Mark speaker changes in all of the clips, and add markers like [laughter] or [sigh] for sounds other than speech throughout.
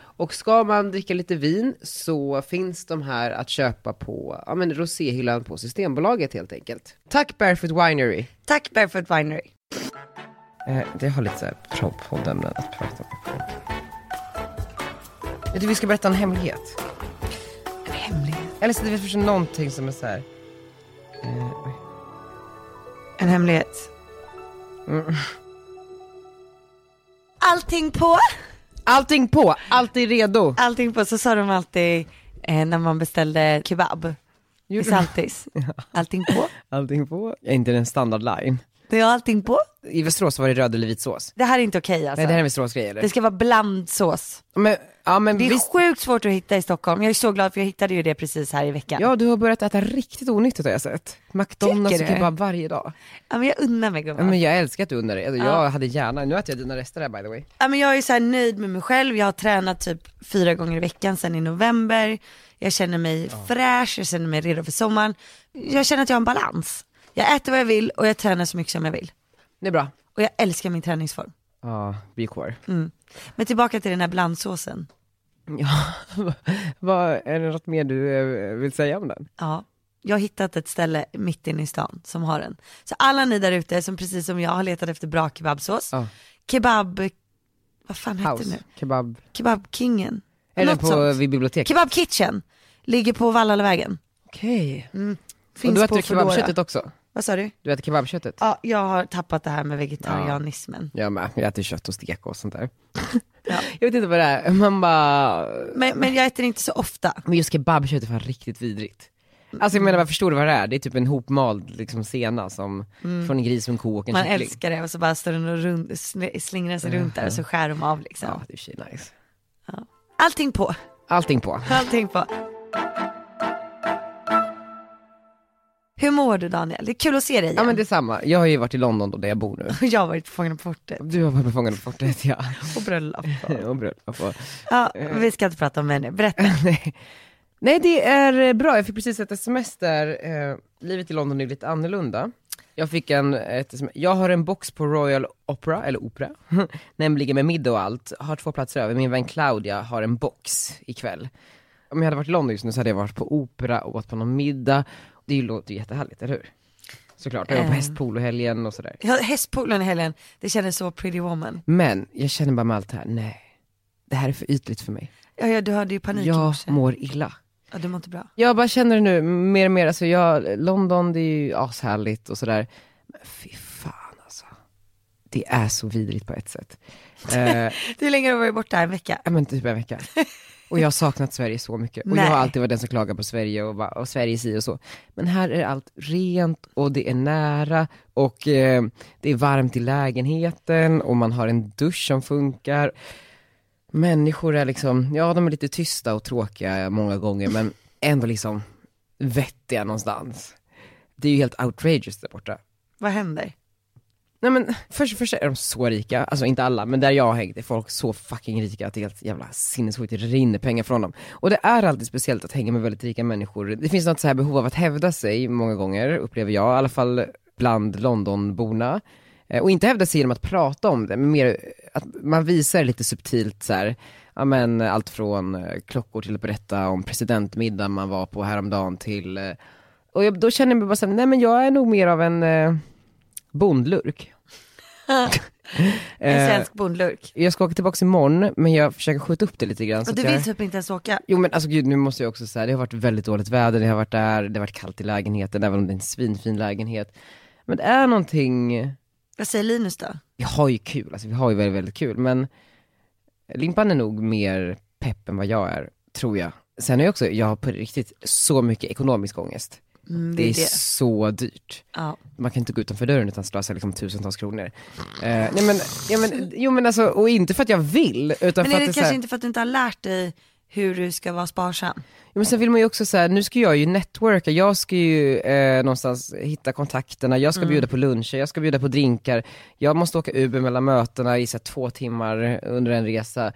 Speaker 1: Och ska man dricka lite vin så finns de här att köpa på ja, men roséhyllan på Systembolaget helt enkelt. Tack Barefoot Winery!
Speaker 2: Tack Barefoot Winery.
Speaker 1: Eh, det har lite så här pro- poddämnen att prata om. Jag tycker vi ska berätta en hemlighet.
Speaker 2: En hemlighet.
Speaker 1: Eller så det finns kanske någonting som är så här. Eh, oj.
Speaker 2: En hemlighet. Allting på.
Speaker 1: allting på, alltid redo!
Speaker 2: Allting på. Så sa de alltid eh, när man beställde kebab i
Speaker 1: Gjorde-
Speaker 2: [laughs] Saltis. Allting på.
Speaker 1: Allting på. Är inte den standardline.
Speaker 2: Det är allting på.
Speaker 1: I Västerås var det röd eller vit sås.
Speaker 2: Det här är inte okej alltså.
Speaker 1: Nej, det här är en Västeråsgrej eller?
Speaker 2: Det ska vara blandsås.
Speaker 1: Men, ja men
Speaker 2: Det är
Speaker 1: visst.
Speaker 2: sjukt svårt att hitta i Stockholm. Jag är så glad för jag hittade ju det precis här i veckan.
Speaker 1: Ja, du har börjat äta riktigt onyttigt har jag sett. McDonalds
Speaker 2: Tycker
Speaker 1: och
Speaker 2: du?
Speaker 1: kebab varje dag.
Speaker 2: Ja, men jag unnar mig gumman.
Speaker 1: Ja, men jag älskar att du undrar det. Alltså, Jag hade gärna, nu äter jag dina rester här by the way.
Speaker 2: Ja, men jag är så här nöjd med mig själv, jag har tränat typ fyra gånger i veckan sedan i november. Jag känner mig fräsch, jag känner mig redo för sommaren. Jag känner att jag har en balans. Jag äter vad jag vill och jag tränar så mycket som jag vill.
Speaker 1: Det är bra.
Speaker 2: Och jag älskar min träningsform.
Speaker 1: Ja, be core.
Speaker 2: Men tillbaka till den här blandsåsen.
Speaker 1: [laughs] Ja, vad, är det något mer du eh, vill säga om den?
Speaker 2: Ja, jag har hittat ett ställe mitt inne i stan som har den. Så alla ni där ute som precis som jag har letat efter bra kebabsås,
Speaker 1: Ja.
Speaker 2: kebab, vad fan heter det nu?
Speaker 1: House, kebab.
Speaker 2: Kebabkingen.
Speaker 1: Eller
Speaker 2: Något
Speaker 1: på
Speaker 2: sånt.
Speaker 1: vid biblioteket.
Speaker 2: Kebab Kitchen, ligger på Valhallavägen.
Speaker 1: Okej. Mm. Och
Speaker 2: Finns
Speaker 1: du
Speaker 2: på
Speaker 1: äter
Speaker 2: Foodora.
Speaker 1: kebabköttet också?
Speaker 2: Vad sa du?
Speaker 1: Du äter kebabköttet?
Speaker 2: Ja, jag har tappat det här med vegetarianismen.
Speaker 1: Jag med, jag äter kött och stek och sånt där.
Speaker 2: [laughs] Ja.
Speaker 1: Jag vet inte vad det är, man bara...
Speaker 2: Men, men jag äter inte så ofta.
Speaker 1: Men just kebabkött är fan riktigt vidrigt. Alltså jag menar,
Speaker 2: Mm.
Speaker 1: vad förstår du vad det är? Det är typ en hopmald liksom, sena som, från en gris, en ko och en
Speaker 2: Mm. Man
Speaker 1: kyckling.
Speaker 2: älskar det och så bara står den och rund, sn- slingrar sig runt där och så skär de av liksom.
Speaker 1: Ja, det är i och för sig nice.
Speaker 2: Allting på,
Speaker 1: Allting på.
Speaker 2: allting på. Hur mår du Daniel? Det är kul att se dig igen.
Speaker 1: Ja men detsamma, jag har ju varit i London då, där jag bor nu.
Speaker 2: Och [laughs] Jag har varit på Fångarna på fortet
Speaker 1: Du har varit på Fångarna på fortet ja.
Speaker 2: och bröllop. Eh.
Speaker 1: och bröllop och...
Speaker 2: Ja, vi ska inte prata om det nu, berätta.
Speaker 1: [laughs] Nej. Nej det är eh, bra, jag fick precis ett sms där, eh, livet i London är lite annorlunda. Jag fick en, ett sms, jag har en box på Royal Opera, eller Opera, [laughs] nämligen med middag och allt, har två platser över, min vän Claudia har en box ikväll. Om jag hade varit i London just nu så hade jag varit på opera och åt på någon middag, det låter ju jättehärligt, eller hur? Såklart, jag var på
Speaker 2: Eh.
Speaker 1: hästpolohelgen och sådär.
Speaker 2: Jag- Hästpoolen i helgen, det kändes så pretty woman.
Speaker 1: Men jag känner bara med allt det här, nej. Det här är för ytligt för mig.
Speaker 2: Ja, ja du hade ju panik i
Speaker 1: jag
Speaker 2: morse.
Speaker 1: mår illa.
Speaker 2: Ja, du mår inte bra.
Speaker 1: Jag bara känner det nu, mer och mer, alltså jag, London det är ju ashärligt och sådär. Men fy fan alltså. Det är så vidrigt på ett sätt. Eh,
Speaker 2: Hur länge har du varit borta? En vecka?
Speaker 1: ja, men typ en vecka. Och jag har saknat Sverige så mycket. Och jag
Speaker 2: Nej.
Speaker 1: har alltid varit den som klagar på Sverige och, bara, och Sverige si och så. Men här är allt rent och det är nära och eh, det är varmt i lägenheten och man har en dusch som funkar. Människor är liksom, ja de är lite tysta och tråkiga många gånger men ändå liksom vettiga någonstans. Det är ju helt outrageous där borta.
Speaker 2: Vad händer?
Speaker 1: Nej men först, först är de så rika, alltså inte alla, men där jag har hängt är folk så fucking rika att det är helt jävla sinnessjukt, det rinner pengar från dem. Och det är alltid speciellt att hänga med väldigt rika människor. Det finns något så här behov av att hävda sig många gånger, upplever jag, i alla fall bland Londonborna. Eh, Och inte hävda sig genom att prata om det, men mer att man visar lite subtilt så här, ja men allt från eh, klockor till att berätta om presidentmiddagen man var på häromdagen till, eh, och jag, då känner jag mig bara såhär, nej men jag är nog mer av en eh,
Speaker 2: [laughs]
Speaker 1: bondlurk.
Speaker 2: En
Speaker 1: Eh,
Speaker 2: svensk bondlurk.
Speaker 1: jag ska åka tillbaka imorgon, men jag försöker skjuta upp det lite grann. så
Speaker 2: Och du
Speaker 1: att jag...
Speaker 2: vill typ inte ens åka?
Speaker 1: Jo men alltså gud, nu måste jag också säga, det har varit väldigt dåligt väder, det har varit där, det har varit kallt i lägenheten, även om det är en svinfin lägenhet. Men det är någonting,
Speaker 2: Vad säger Linus då?
Speaker 1: vi har ju kul, alltså vi har ju väldigt, väldigt kul, men Limpan är nog mer pepp än vad jag är, tror jag. Sen är jag också, jag har på riktigt så mycket ekonomisk ångest.
Speaker 2: Mm,
Speaker 1: Det är
Speaker 2: det.
Speaker 1: så dyrt.
Speaker 2: Ja.
Speaker 1: Man kan inte gå utanför dörren utan slösa liksom tusentals kronor. Eh, nej men, ja, men, jo men alltså, och inte för att jag vill, utan
Speaker 2: Men
Speaker 1: för att
Speaker 2: är
Speaker 1: det
Speaker 2: det
Speaker 1: är så
Speaker 2: kanske
Speaker 1: här,
Speaker 2: inte för att du inte har lärt dig hur du ska vara sparsam?
Speaker 1: Ja, Men sen vill man ju också säga, nu ska jag ju networka, jag ska ju eh, någonstans hitta kontakterna, jag ska bjuda på luncher, jag ska bjuda på drinkar, jag måste åka Uber mellan mötena i så här, två timmar under en resa,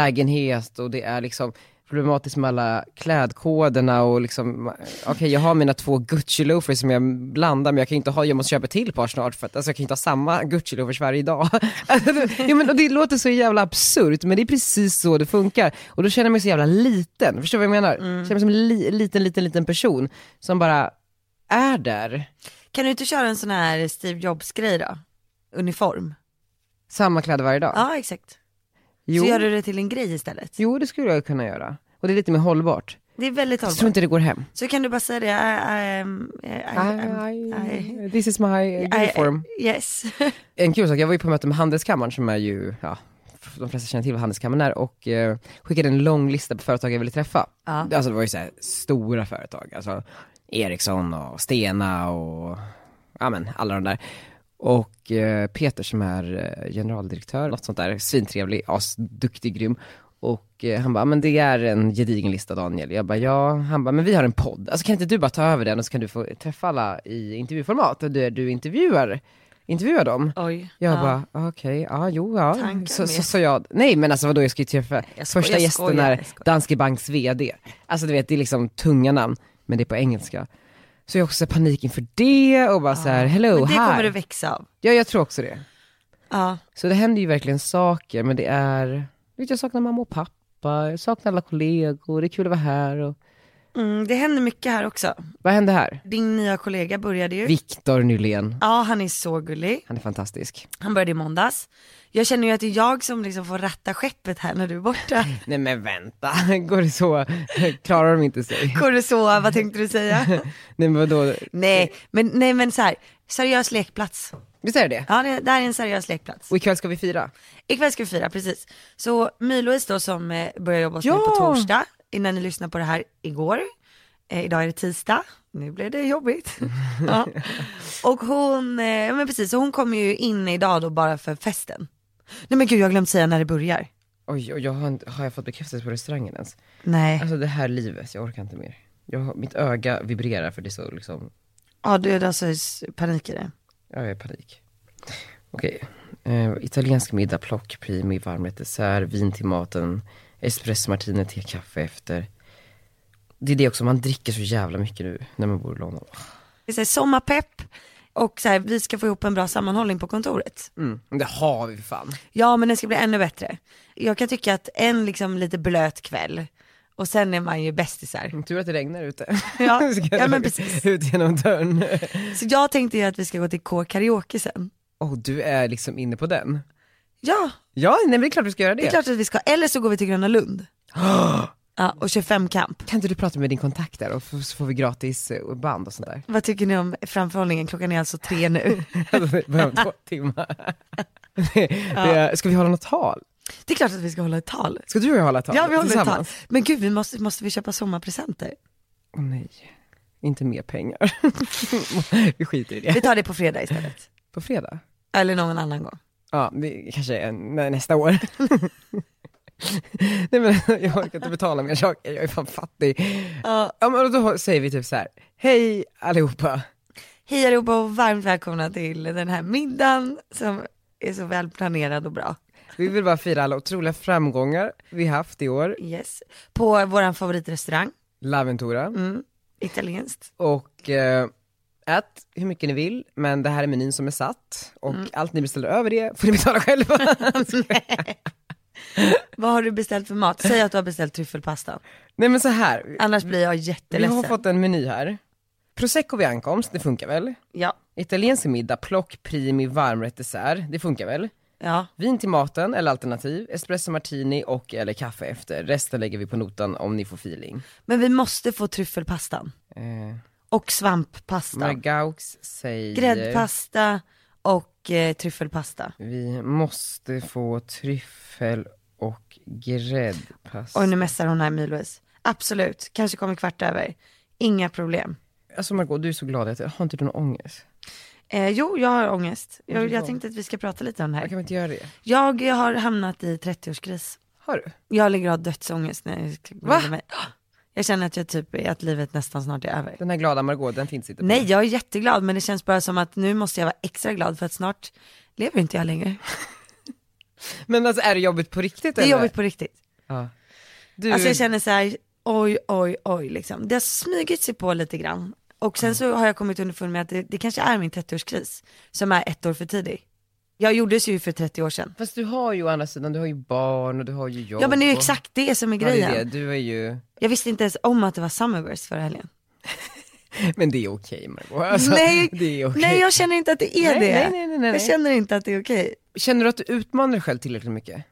Speaker 1: lägenhet och det är liksom problematiskt med alla klädkoderna och liksom, okej jag har mina två Gucci loafers som jag blandar men jag kan inte ha, jag måste köpa ett till par snart för att alltså, jag kan inte ha samma Gucci loafers varje dag. [laughs] jo, men, och det låter så jävla absurt men det är precis så det funkar och då känner jag mig så jävla liten, förstår du vad jag menar? Jag
Speaker 2: Mm.
Speaker 1: känner mig som en li- liten, liten, liten person som bara är där,
Speaker 2: Kan du inte köra en sån här Steve Jobs grej då? Uniform?
Speaker 1: samma kläder varje dag.
Speaker 2: Ja exakt.
Speaker 1: jo.
Speaker 2: Så gör du det till en grej istället.
Speaker 1: jo det skulle jag kunna göra. Och det är lite mer hållbart.
Speaker 2: Det är väldigt
Speaker 1: Jag tror
Speaker 2: hållbart.
Speaker 1: inte det går hem.
Speaker 2: Så kan du bara säga det, I, I, am- I, I, I,
Speaker 1: I- this is my
Speaker 2: I-
Speaker 1: uniform.
Speaker 2: yes. [laughs]
Speaker 1: En kul sak, jag var ju på möte med Handelskammaren som är ju, ja, de flesta känner till vad Handelskammaren är och eh, skickade en lång lista på företag jag ville träffa.
Speaker 2: Ja.
Speaker 1: Alltså det var ju så här stora företag, alltså Ericsson och Stena och, ja men alla de där. Och eh, Peter som är eh, generaldirektör, något sånt där, svintrevlig, asduktig, grym. Och eh, han bara, men det är en gedigen lista Daniel. Jag bara, ja. Han bara, men vi har en podd. Alltså kan inte du bara ta över den och så kan du få träffa alla i intervjuformat, och du, du intervjuar, intervjuar dem.
Speaker 2: Oj.
Speaker 1: Jag
Speaker 2: Ja.
Speaker 1: bara, "Oh, "Ah, okej, ja, jo, ja.
Speaker 2: Tanken
Speaker 1: Så, så,
Speaker 2: med.
Speaker 1: så jag, nej men alltså vadå, jag ska ju träffa,
Speaker 2: jag skojar,
Speaker 1: första
Speaker 2: jag
Speaker 1: gästen
Speaker 2: skojar,
Speaker 1: är
Speaker 2: jag skojar.
Speaker 1: Danske Banks VD. Alltså du vet, det är liksom tunga namn, men det är på engelska. Så jag har också så här panik inför det och bara så här, hello,
Speaker 2: Men det kommer du
Speaker 1: hi.
Speaker 2: växa av.
Speaker 1: Ja, jag tror också det.
Speaker 2: Ja.
Speaker 1: Så det händer ju verkligen saker, men det är, vet, jag saknar mamma och pappa, jag saknar alla kollegor, det är kul att vara här och,
Speaker 2: Mm, det händer mycket här också.
Speaker 1: vad hände här?
Speaker 2: Din nya kollega började ju.
Speaker 1: Viktor Nylén,
Speaker 2: Ja, han är så gullig.
Speaker 1: han är fantastisk.
Speaker 2: Han började i måndags. Jag känner ju att det är jag som liksom får ratta skeppet här när du är borta.
Speaker 1: Nej men vänta, [laughs] går det så, klarar de inte sig?
Speaker 2: Korreså, vad tänkte du säga?
Speaker 1: Nej men vadå,
Speaker 2: nej, men, nej men så här, seriös lekplats.
Speaker 1: visst är det det?
Speaker 2: Ja, det, det här är en seriös lekplats.
Speaker 1: Och ikväll ska vi fira.
Speaker 2: Ikväll ska vi fira, precis. Så My-Louise då som eh, börjar jobba hos mig
Speaker 1: Ja.
Speaker 2: på torsdag, innan ni lyssnar på det här igår. Eh, idag är det tisdag, nu blev det jobbigt. ja. Och hon, eh, ja, men precis, så hon kommer ju in idag då bara för festen. Nej men gud jag har glömt säga när det börjar.
Speaker 1: Oj, och jag har, inte, har jag fått bekräftelse på restaurangen ens?
Speaker 2: Nej,
Speaker 1: Alltså det här livet, jag orkar inte mer. Jag, har- mitt öga vibrerar för det är så liksom,
Speaker 2: ja du är alltså s- panik i det.
Speaker 1: ja, jag är i panik. Okej, eh, italiensk middag, plockprimi, varmrätt, dessert, vin till maten, espresso martini, te, kaffe efter. Det är det också, man dricker så jävla mycket nu när man bor i London.
Speaker 2: Det är så här, sommarpepp och så här, vi ska få ihop en bra sammanhållning på kontoret.
Speaker 1: Mm, men det har vi för fan.
Speaker 2: Ja men den ska bli ännu bättre. Jag kan tycka att en liksom lite blöt kväll och sen är man ju bästisar.
Speaker 1: Tur att det regnar [laughs] ute.
Speaker 2: Ja,
Speaker 1: Ska
Speaker 2: ja,
Speaker 1: jag
Speaker 2: men
Speaker 1: gå
Speaker 2: precis.
Speaker 1: Ut genom dörren.
Speaker 2: Så jag tänkte ju att vi ska gå till K karaoke sen.
Speaker 1: Och du är liksom inne på den.
Speaker 2: Ja,
Speaker 1: Ja, nej men det är klart vi ska göra det.
Speaker 2: det är klart att vi ska. Eller så går vi till Gröna Lund. Ja, och 25 kamp.
Speaker 1: Kan inte du prata med din kontakt där och f- så får vi gratis eh, band och sånt
Speaker 2: [laughs]
Speaker 1: där?
Speaker 2: Vad tycker ni om framförhållningen? Klockan är alltså tre nu.
Speaker 1: Alltså, det behöver två timmar. Det, det, ska vi hålla något tal?
Speaker 2: Det är klart att vi ska hålla ett tal.
Speaker 1: Ska du och jag hålla tal?
Speaker 2: Ja, vi håller ett tal.
Speaker 1: tillsammans?
Speaker 2: Men gud, vi måste, måste vi köpa sommarpresenter?
Speaker 1: Åh, nej, inte mer pengar. [laughs] vi skiter i
Speaker 2: Vi
Speaker 1: det.
Speaker 2: tar det på fredag istället.
Speaker 1: På fredag?
Speaker 2: [laughs] Eller någon annan gång.
Speaker 1: Ja, det kanske är nä- nästa år. [laughs] nej men [laughs] jag orkar inte betala mer saker, jag är fan fattig.
Speaker 2: Ja,
Speaker 1: Ja men då säger vi typ så här. hej allihopa.
Speaker 2: hej allihopa och varmt välkomna till den här middagen som är så välplanerad och bra.
Speaker 1: Vi vill bara fira alla otroliga framgångar vi haft i år,
Speaker 2: Yes. På vår favoritrestaurang,
Speaker 1: Laventura.
Speaker 2: mm. italienskt.
Speaker 1: Och eh, ät hur mycket ni vill, men det här är menyn som är satt. Och allt ni beställer över det får ni betala själva.
Speaker 2: Vad har du beställt för mat? Säg att du har beställt tryffelpasta.
Speaker 1: Nej men så här,
Speaker 2: Annars blir jag
Speaker 1: vi
Speaker 2: jätteledsen.
Speaker 1: har fått en meny här. Prosecco vid ankomst, det funkar väl?
Speaker 2: Ja,
Speaker 1: Italiensk middag, plock, primi, varmrätt, dessert, det funkar väl?
Speaker 2: ja.
Speaker 1: Vin till maten eller alternativ, espresso martini och eller kaffe efter. Resten lägger vi på notan om ni får feeling.
Speaker 2: Men vi måste få tryffelpastan.
Speaker 1: Eh,
Speaker 2: Och svamppasta.
Speaker 1: Maria Gaux säger...
Speaker 2: Gräddpasta och eh, tryffelpasta.
Speaker 1: Vi måste få tryffel och gräddpasta.
Speaker 2: Oj nu mässar hon här my Absolut, kanske kommer kvart över. Inga problem.
Speaker 1: Alltså Margot, du är så glad att jag har inte du någon ångest?
Speaker 2: Eh, jo, jag har ångest. Jag,
Speaker 1: du
Speaker 2: jag
Speaker 1: har-
Speaker 2: tänkte att vi ska prata lite om det
Speaker 1: Jag
Speaker 2: här.
Speaker 1: kan inte göra det.
Speaker 2: Jag har hamnat i 30-årskris.
Speaker 1: Har du?
Speaker 2: Jag ligger och har dödsångest när jag ska gå
Speaker 1: Va?
Speaker 2: och lägga mig. Jag känner att jag typ, är- att livet nästan snart är över.
Speaker 1: Den här glada Margot, den finns inte på
Speaker 2: Nej, jag är jätteglad men det känns bara som att nu måste jag vara extra glad för att snart lever inte jag längre.
Speaker 1: Men alltså är det jobbigt på riktigt
Speaker 2: Det är
Speaker 1: eller?
Speaker 2: jobbigt på riktigt.
Speaker 1: Ja. Du,
Speaker 2: Alltså jag känner så här, oj, oj, oj liksom. Det har smugit sig på lite grann. Och
Speaker 1: Mm.
Speaker 2: sen så har jag kommit underfund med att det, det kanske är min 30-årskris som är ett år för tidig. Jag gjordes ju för 30 år sedan.
Speaker 1: Fast du har ju å andra sidan, du har ju barn och du har ju jobb.
Speaker 2: Ja men det är ju
Speaker 1: och-
Speaker 2: exakt det som är
Speaker 1: Ja, det är
Speaker 2: grejen.
Speaker 1: det. Du är ju,
Speaker 2: Jag visste inte ens om att det var Summerburst förra helgen.
Speaker 1: men det är okej Margot. Alltså,
Speaker 2: Nej,
Speaker 1: [laughs] det är okej.
Speaker 2: Nej jag känner inte att det
Speaker 1: Nej,
Speaker 2: är det.
Speaker 1: nej, nej, nej, nej.
Speaker 2: Jag känner inte att det är okej.
Speaker 1: Känner du att du utmanar dig själv tillräckligt mycket?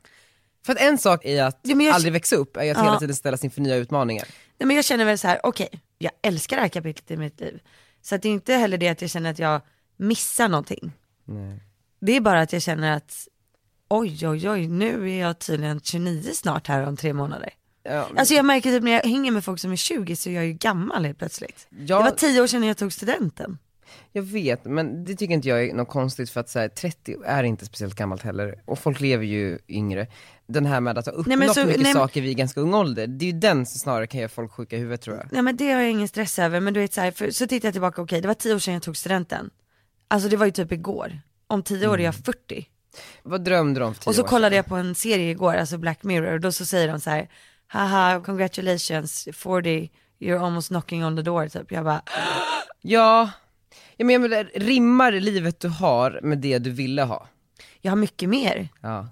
Speaker 1: För att en sak är att
Speaker 2: Ja, men jag-
Speaker 1: aldrig växa upp, är att
Speaker 2: Ja.
Speaker 1: hela tiden ställa sig inför nya utmaningar.
Speaker 2: Nej men jag känner väl så här, okej, jag älskar det här kapitlet i mitt liv. Så att det är inte heller det att jag känner att jag missar någonting.
Speaker 1: Nej.
Speaker 2: Det är bara att jag känner att oj, oj, oj, nu är jag tydligen 29 snart här om tre månader.
Speaker 1: Ja, men-
Speaker 2: Alltså jag märker typ när jag hänger med folk som är 20 så är jag ju gammal helt plötsligt.
Speaker 1: Ja.
Speaker 2: Det var 10 år sedan jag tog studenten.
Speaker 1: Jag vet, men det tycker inte jag är något konstigt för att så här, 30 är inte speciellt gammalt heller och folk lever ju yngre. Den här med att ha
Speaker 2: men
Speaker 1: uppnått
Speaker 2: så-
Speaker 1: mycket
Speaker 2: nej, men-
Speaker 1: saker vid ganska ung ålder, det är ju den som snarare kan göra folk sjuka i huvudet tror jag.
Speaker 2: Nej men det har jag ingen stress över, men du vet så här, för, så tittar jag tillbaka, okej det var 10 år sedan jag tog studenten. Alltså det var ju typ igår. Om 10 år är
Speaker 1: Mm.
Speaker 2: jag 40.
Speaker 1: Vad drömde du om för tio
Speaker 2: Och så
Speaker 1: år
Speaker 2: kollade jag på en serie igår, alltså Black Mirror, och då så säger de så här, haha congratulations 40, you're almost knocking on the door typ. Jag bara,
Speaker 1: Ja, ja men jag menar, rimmar livet du har med det du ville ha?
Speaker 2: jag har mycket mer.
Speaker 1: Ja.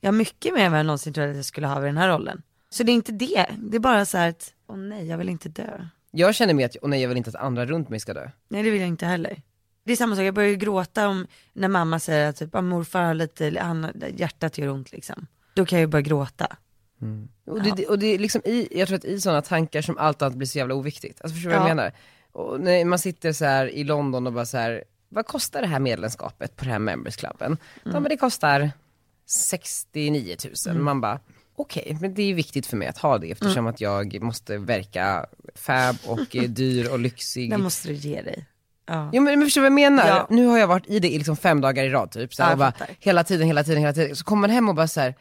Speaker 2: Jag har mycket mer än vad jag någonsin trodde att jag skulle ha vid den här rollen. Så det är inte det, det är bara så här att, åh nej jag vill inte dö.
Speaker 1: Jag känner mig att, och nej jag vill inte att andra runt mig ska dö.
Speaker 2: Nej det vill jag inte heller. Det är samma sak, jag börjar ju gråta om när mamma säger att typ, ah, morfar har lite, han, hjärtat gör ont liksom. Då kan jag ju börja gråta.
Speaker 1: Och det, och det är liksom i, jag tror att i sådana tankar som allt annat blir så jävla oviktigt. Alltså förstår du vad
Speaker 2: Ja.
Speaker 1: jag menar? Och när man sitter så här i London och bara så här, vad kostar det här medlemskapet på den här membersklubben? Ja men det kostar 69 000. Man bara, okej, men det är viktigt för mig att ha det eftersom att jag måste verka fab och eh, dyr och lyxig.
Speaker 2: [laughs] Där måste du ge dig. Ja.
Speaker 1: Jo men men förstår du vad jag menar?
Speaker 2: Ja.
Speaker 1: Nu har jag varit i det i liksom fem dagar i rad typ, så
Speaker 2: Ja,
Speaker 1: här,
Speaker 2: jag
Speaker 1: och bara,
Speaker 2: fattar.
Speaker 1: hela tiden, hela tiden, hela tiden. Så kommer man hem och bara så här,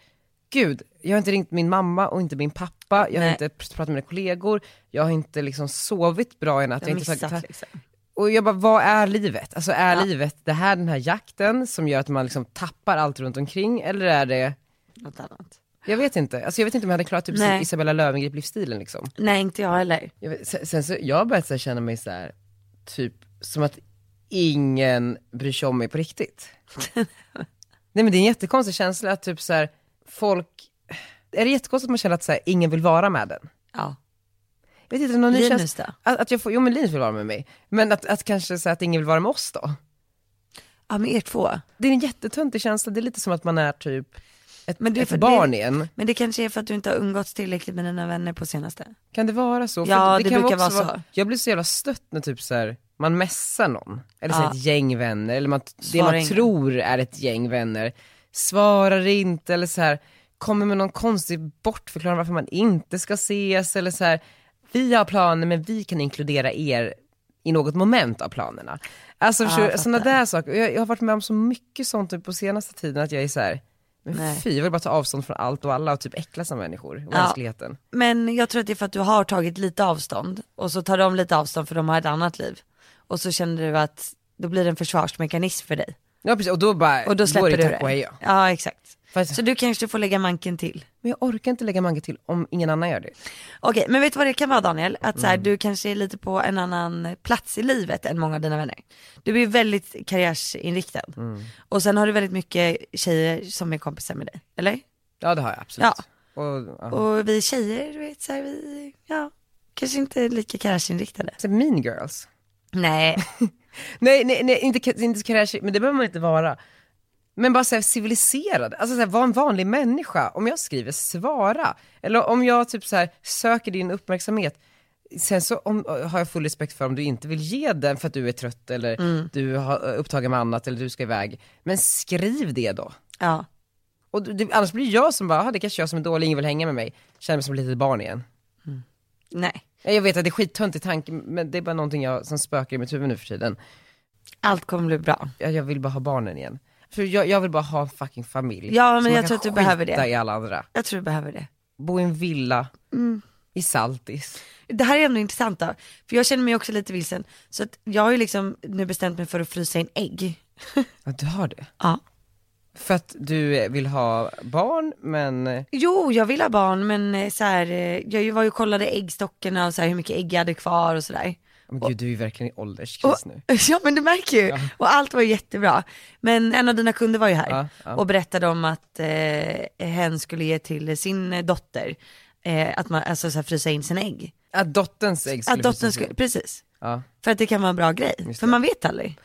Speaker 1: gud, jag har inte ringt min mamma och inte min pappa, jag har
Speaker 2: Nej.
Speaker 1: inte pr- pratat med mina kollegor, jag har inte liksom sovit bra i natt.
Speaker 2: Jag
Speaker 1: jag
Speaker 2: har
Speaker 1: har inte
Speaker 2: missat
Speaker 1: sagt,
Speaker 2: liksom.
Speaker 1: och jag bara, vad är livet? Alltså är
Speaker 2: Ja.
Speaker 1: livet det här den här jakten som gör att man liksom tappar allt runt omkring eller är det,
Speaker 2: Något annat.
Speaker 1: jag vet inte, alltså jag vet inte om jag hade klarat typ
Speaker 2: Nej.
Speaker 1: Isabella Löwengrip-livsstilen liksom.
Speaker 2: Nej inte jag heller.
Speaker 1: Jag vet, sen, sen så, jag har börjat så här, känna mig så här, typ som att ingen bryr sig om mig på
Speaker 2: [laughs]
Speaker 1: riktigt. Nej men det är en jättekonstig känsla att typ så här, folk, är det jättekonstigt att man känner att så här, ingen vill vara med den?
Speaker 2: Ja.
Speaker 1: Jag vet inte, någon ny
Speaker 2: Linus
Speaker 1: känsla.
Speaker 2: då?
Speaker 1: Att, att jag får, jo men Linus vill vara med mig, men att, att kanske så här, att ingen vill vara med oss då.
Speaker 2: Ja men er två.
Speaker 1: Det är en jättetöntig känsla, det är lite som att man är typ ett,
Speaker 2: Men det är för-
Speaker 1: ett barn igen.
Speaker 2: Men det kanske är för att du inte har umgåtts tillräckligt med dina vänner på senaste.
Speaker 1: Kan det vara så? För
Speaker 2: Ja, det brukar
Speaker 1: också
Speaker 2: vara så.
Speaker 1: Jag blir så jävla stött när typ så här, man messar någon, eller så
Speaker 2: Ja.
Speaker 1: ett gäng vänner, eller man, det
Speaker 2: Svarar
Speaker 1: man
Speaker 2: ingen.
Speaker 1: tror är ett gäng vänner, svarar inte eller så här kommer med någon konstig bortförklaring varför man inte ska ses eller så här vi har planer men vi kan inkludera er i något moment av planerna. Alltså
Speaker 2: Ja,
Speaker 1: förstår
Speaker 2: jag
Speaker 1: du, sådana där saker, Och jag, jag har varit med om så mycket sånt typ på senaste tiden att jag är så här, men
Speaker 2: Nej.
Speaker 1: fy jag vill bara ta avstånd från allt och alla och typ äcklas av människor och
Speaker 2: Ja.
Speaker 1: mänskligheten.
Speaker 2: Men jag tror att det är för att du har tagit lite avstånd och så tar de lite avstånd för de har ett annat liv. Och så känner du att då blir det en försvarsmekanism för dig.
Speaker 1: Ja precis, och då bara,
Speaker 2: Och då släpper
Speaker 1: är
Speaker 2: du
Speaker 1: det.
Speaker 2: det.
Speaker 1: tack och hej, ja.
Speaker 2: Ja exakt.
Speaker 1: Fast-
Speaker 2: Så du kanske får lägga manken till.
Speaker 1: Men jag orkar inte lägga manken till om ingen annan gör det.
Speaker 2: Okej, men vet du vad det kan vara Daniel? Att så
Speaker 1: Mm.
Speaker 2: här, du kanske är lite på en annan plats i livet än många av dina vänner. Du är ju väldigt karriärsinriktad.
Speaker 1: Mm.
Speaker 2: Och sen har du väldigt mycket tjejer som är kompisar med dig, eller?
Speaker 1: Ja det har jag absolut. Och, ja.
Speaker 2: Och vi tjejer, du vet så här, vi, ja, kanske inte är lika karriärsinriktade.
Speaker 1: Så mean girls.
Speaker 2: Nej,
Speaker 1: Nej, nej, nej inte, ka- inte karriär, men det behöver man inte vara. Men bara såhär civiliserad, alltså såhär, vara en vanlig människa. Om jag skriver, svara. Eller om jag typ såhär söker din uppmärksamhet. Sen så om, har jag full respekt för om du inte vill ge den för att du är trött eller
Speaker 2: Mm.
Speaker 1: du har eh, upptagen med annat eller du ska iväg. Men skriv det då.
Speaker 2: [laughs] ja.
Speaker 1: Och det, "Ah, annars blir jag som bara, "Aha, det kanske jag som är dålig, ingen vill hänga med mig. Känner mig som ett litet barn igen.
Speaker 2: Nej.
Speaker 1: Jag vet att det är skittöntig tanke, men det är bara någonting jag, som spökar i mitt huvud nu för tiden.
Speaker 2: Allt kommer bli bra.
Speaker 1: Jag, jag vill bara ha barnen igen. För jag, jag vill bara ha en fucking familj.
Speaker 2: Ja, men
Speaker 1: Så man
Speaker 2: jag
Speaker 1: kan
Speaker 2: tror att du
Speaker 1: skita
Speaker 2: behöver det.
Speaker 1: i alla andra.
Speaker 2: Jag tror du behöver det.
Speaker 1: Bo i en villa
Speaker 2: Mm.
Speaker 1: i Saltis.
Speaker 2: Det här är ändå intressant då, för jag känner mig också lite vilsen. Så att jag har ju liksom nu bestämt mig för att frysa in ägg.
Speaker 1: Ja, du har det.
Speaker 2: Ja.
Speaker 1: För att du eh, vill ha barn, men eh,
Speaker 2: Jo, jag vill ha barn men eh, så här, eh, jag ju- var ju och kollade äggstockarna och så här, hur mycket ägg jag hade kvar och sådär.
Speaker 1: men gud du är ju verkligen i ålderskris nu.
Speaker 2: [laughs] Ja men du märker ju, och allt var ju jättebra. Men en av dina kunder var ju här
Speaker 1: Ja, ja.
Speaker 2: och berättade om att eh, hen skulle ge till sin dotter, eh, att man, alltså så här, frysa in sina ägg.
Speaker 1: Att dotterns ägg skulle
Speaker 2: Att dottern
Speaker 1: precis-
Speaker 2: skulle, precis.
Speaker 1: Ja.
Speaker 2: För att det kan vara en bra grej, för man vet aldrig.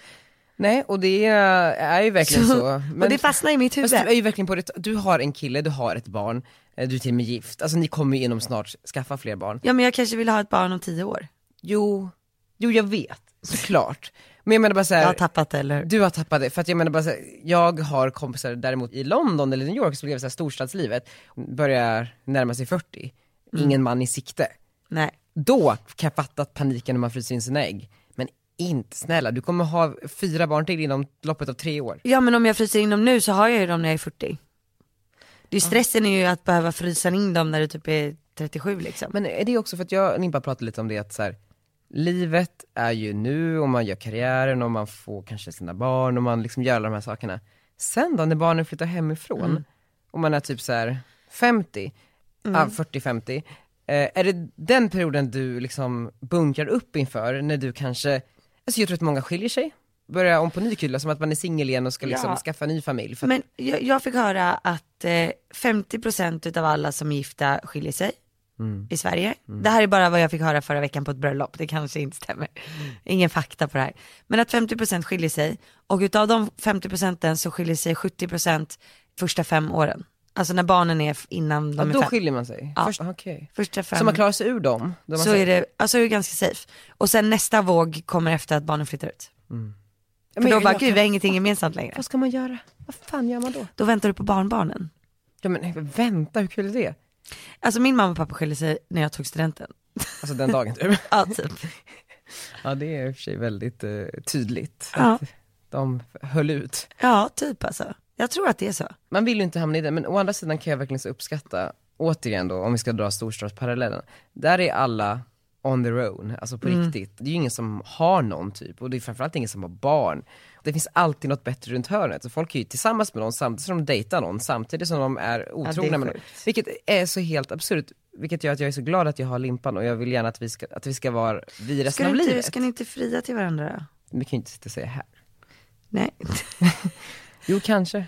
Speaker 1: Nej, och det är, är ju verkligen så.
Speaker 2: och det fastnar i mitt huvud.
Speaker 1: Fast du är ju verkligen på det, du har en kille, du har ett barn, eh, du är till och med gift, alltså ni kommer ju inom snart skaffa fler barn.
Speaker 2: Ja men jag kanske vill ha ett barn om tio år.
Speaker 1: Jo, jo jag vet, såklart. Men jag menar bara
Speaker 2: Jag har
Speaker 1: såhär,
Speaker 2: tappat det, eller hur?
Speaker 1: du har tappat det, för att jag menar bara så här, jag har kompisar däremot i London eller New York som lever såhär storstadslivet, börjar närma sig 40,
Speaker 2: Mm.
Speaker 1: ingen man i sikte.
Speaker 2: Nej.
Speaker 1: Då kan jag fatta att paniken när man fryser in sina ägg, men inte snälla, du kommer ha fyra barn till inom loppet av tre år.
Speaker 2: Ja men om jag fryser in dem nu så har jag ju dem när jag är 40. Det är ju stressen är ju att behöva frysa in dem när du typ är 37 liksom.
Speaker 1: Men är det också för att jag och Nimpa pratade lite om det att så här, livet är ju nu och man gör karriären och man får kanske sina barn och man liksom gör alla de här sakerna. Sen då när barnen flyttar hemifrån
Speaker 2: Mm.
Speaker 1: och man är typ så här 50,
Speaker 2: Mm.
Speaker 1: ah, 40-50, eh, är det den perioden du liksom bunkrar upp inför när du kanske, alltså jag tror att många skiljer sig, börjar om på ny kula, som att man är singel igen och ska liksom
Speaker 2: Ja.
Speaker 1: skaffa ny familj. För att,
Speaker 2: Men jag, jag fick höra att eh, 50% utav alla som är gifta skiljer sig
Speaker 1: Mm.
Speaker 2: i Sverige. Det här är bara vad jag fick höra förra veckan på ett bröllop, det kanske inte stämmer. Ingen fakta på det här. Men att 50% skiljer sig och utav de 50% så skiljer sig 70% första fem åren. Alltså när barnen är f- innan de
Speaker 1: ja,
Speaker 2: är
Speaker 1: då
Speaker 2: fem.
Speaker 1: skiljer man sig.
Speaker 2: Ja.
Speaker 1: Först, ah, okej.
Speaker 2: Första fem.
Speaker 1: Så man klarar sig ur dem? då man
Speaker 2: så är det, alltså är det ganska safe. Och sen nästa våg kommer efter att barnen flyttar ut.
Speaker 1: Ja,
Speaker 2: För
Speaker 1: men
Speaker 2: då
Speaker 1: jag-
Speaker 2: bara,
Speaker 1: jag-
Speaker 2: gud vi har ingenting gemensamt längre.
Speaker 1: Vad ska man göra? Vad fan gör man då?
Speaker 2: Då väntar du på barnbarnen.
Speaker 1: Ja men vänta, hur kul är det?
Speaker 2: Alltså min mamma och pappa skiljer sig när jag tog studenten.
Speaker 1: Alltså den dagen typ.
Speaker 2: Ja, typ.
Speaker 1: [laughs] ja det är i och för sig väldigt eh, tydligt.
Speaker 2: Ja.
Speaker 1: Att de höll ut.
Speaker 2: ja, typ alltså. Jag tror att det är så.
Speaker 1: Man vill ju inte hamna i det, men å andra sidan kan jag verkligen så uppskatta, återigen då, om vi ska dra storstadsparallellen. Där är alla on their own, alltså på
Speaker 2: Mm.
Speaker 1: riktigt. Det är ju ingen som har någon typ, och det är framförallt ingen som har barn. Det finns alltid något bättre runt hörnet, så folk är ju tillsammans med någon samtidigt som de dejtar någon, samtidigt som de är otrogna med någon.
Speaker 2: sjukt.
Speaker 1: Vilket är så helt absurt, vilket gör att jag är så glad att jag har Limpan och jag vill gärna att vi ska, att vi ska vara vi resten
Speaker 2: Ska,
Speaker 1: av
Speaker 2: du inte,
Speaker 1: livet.
Speaker 2: ska ni inte fria till varandra då?
Speaker 1: Vi kan ju inte sitta och säga här.
Speaker 2: Nej. [laughs]
Speaker 1: Jo kanske.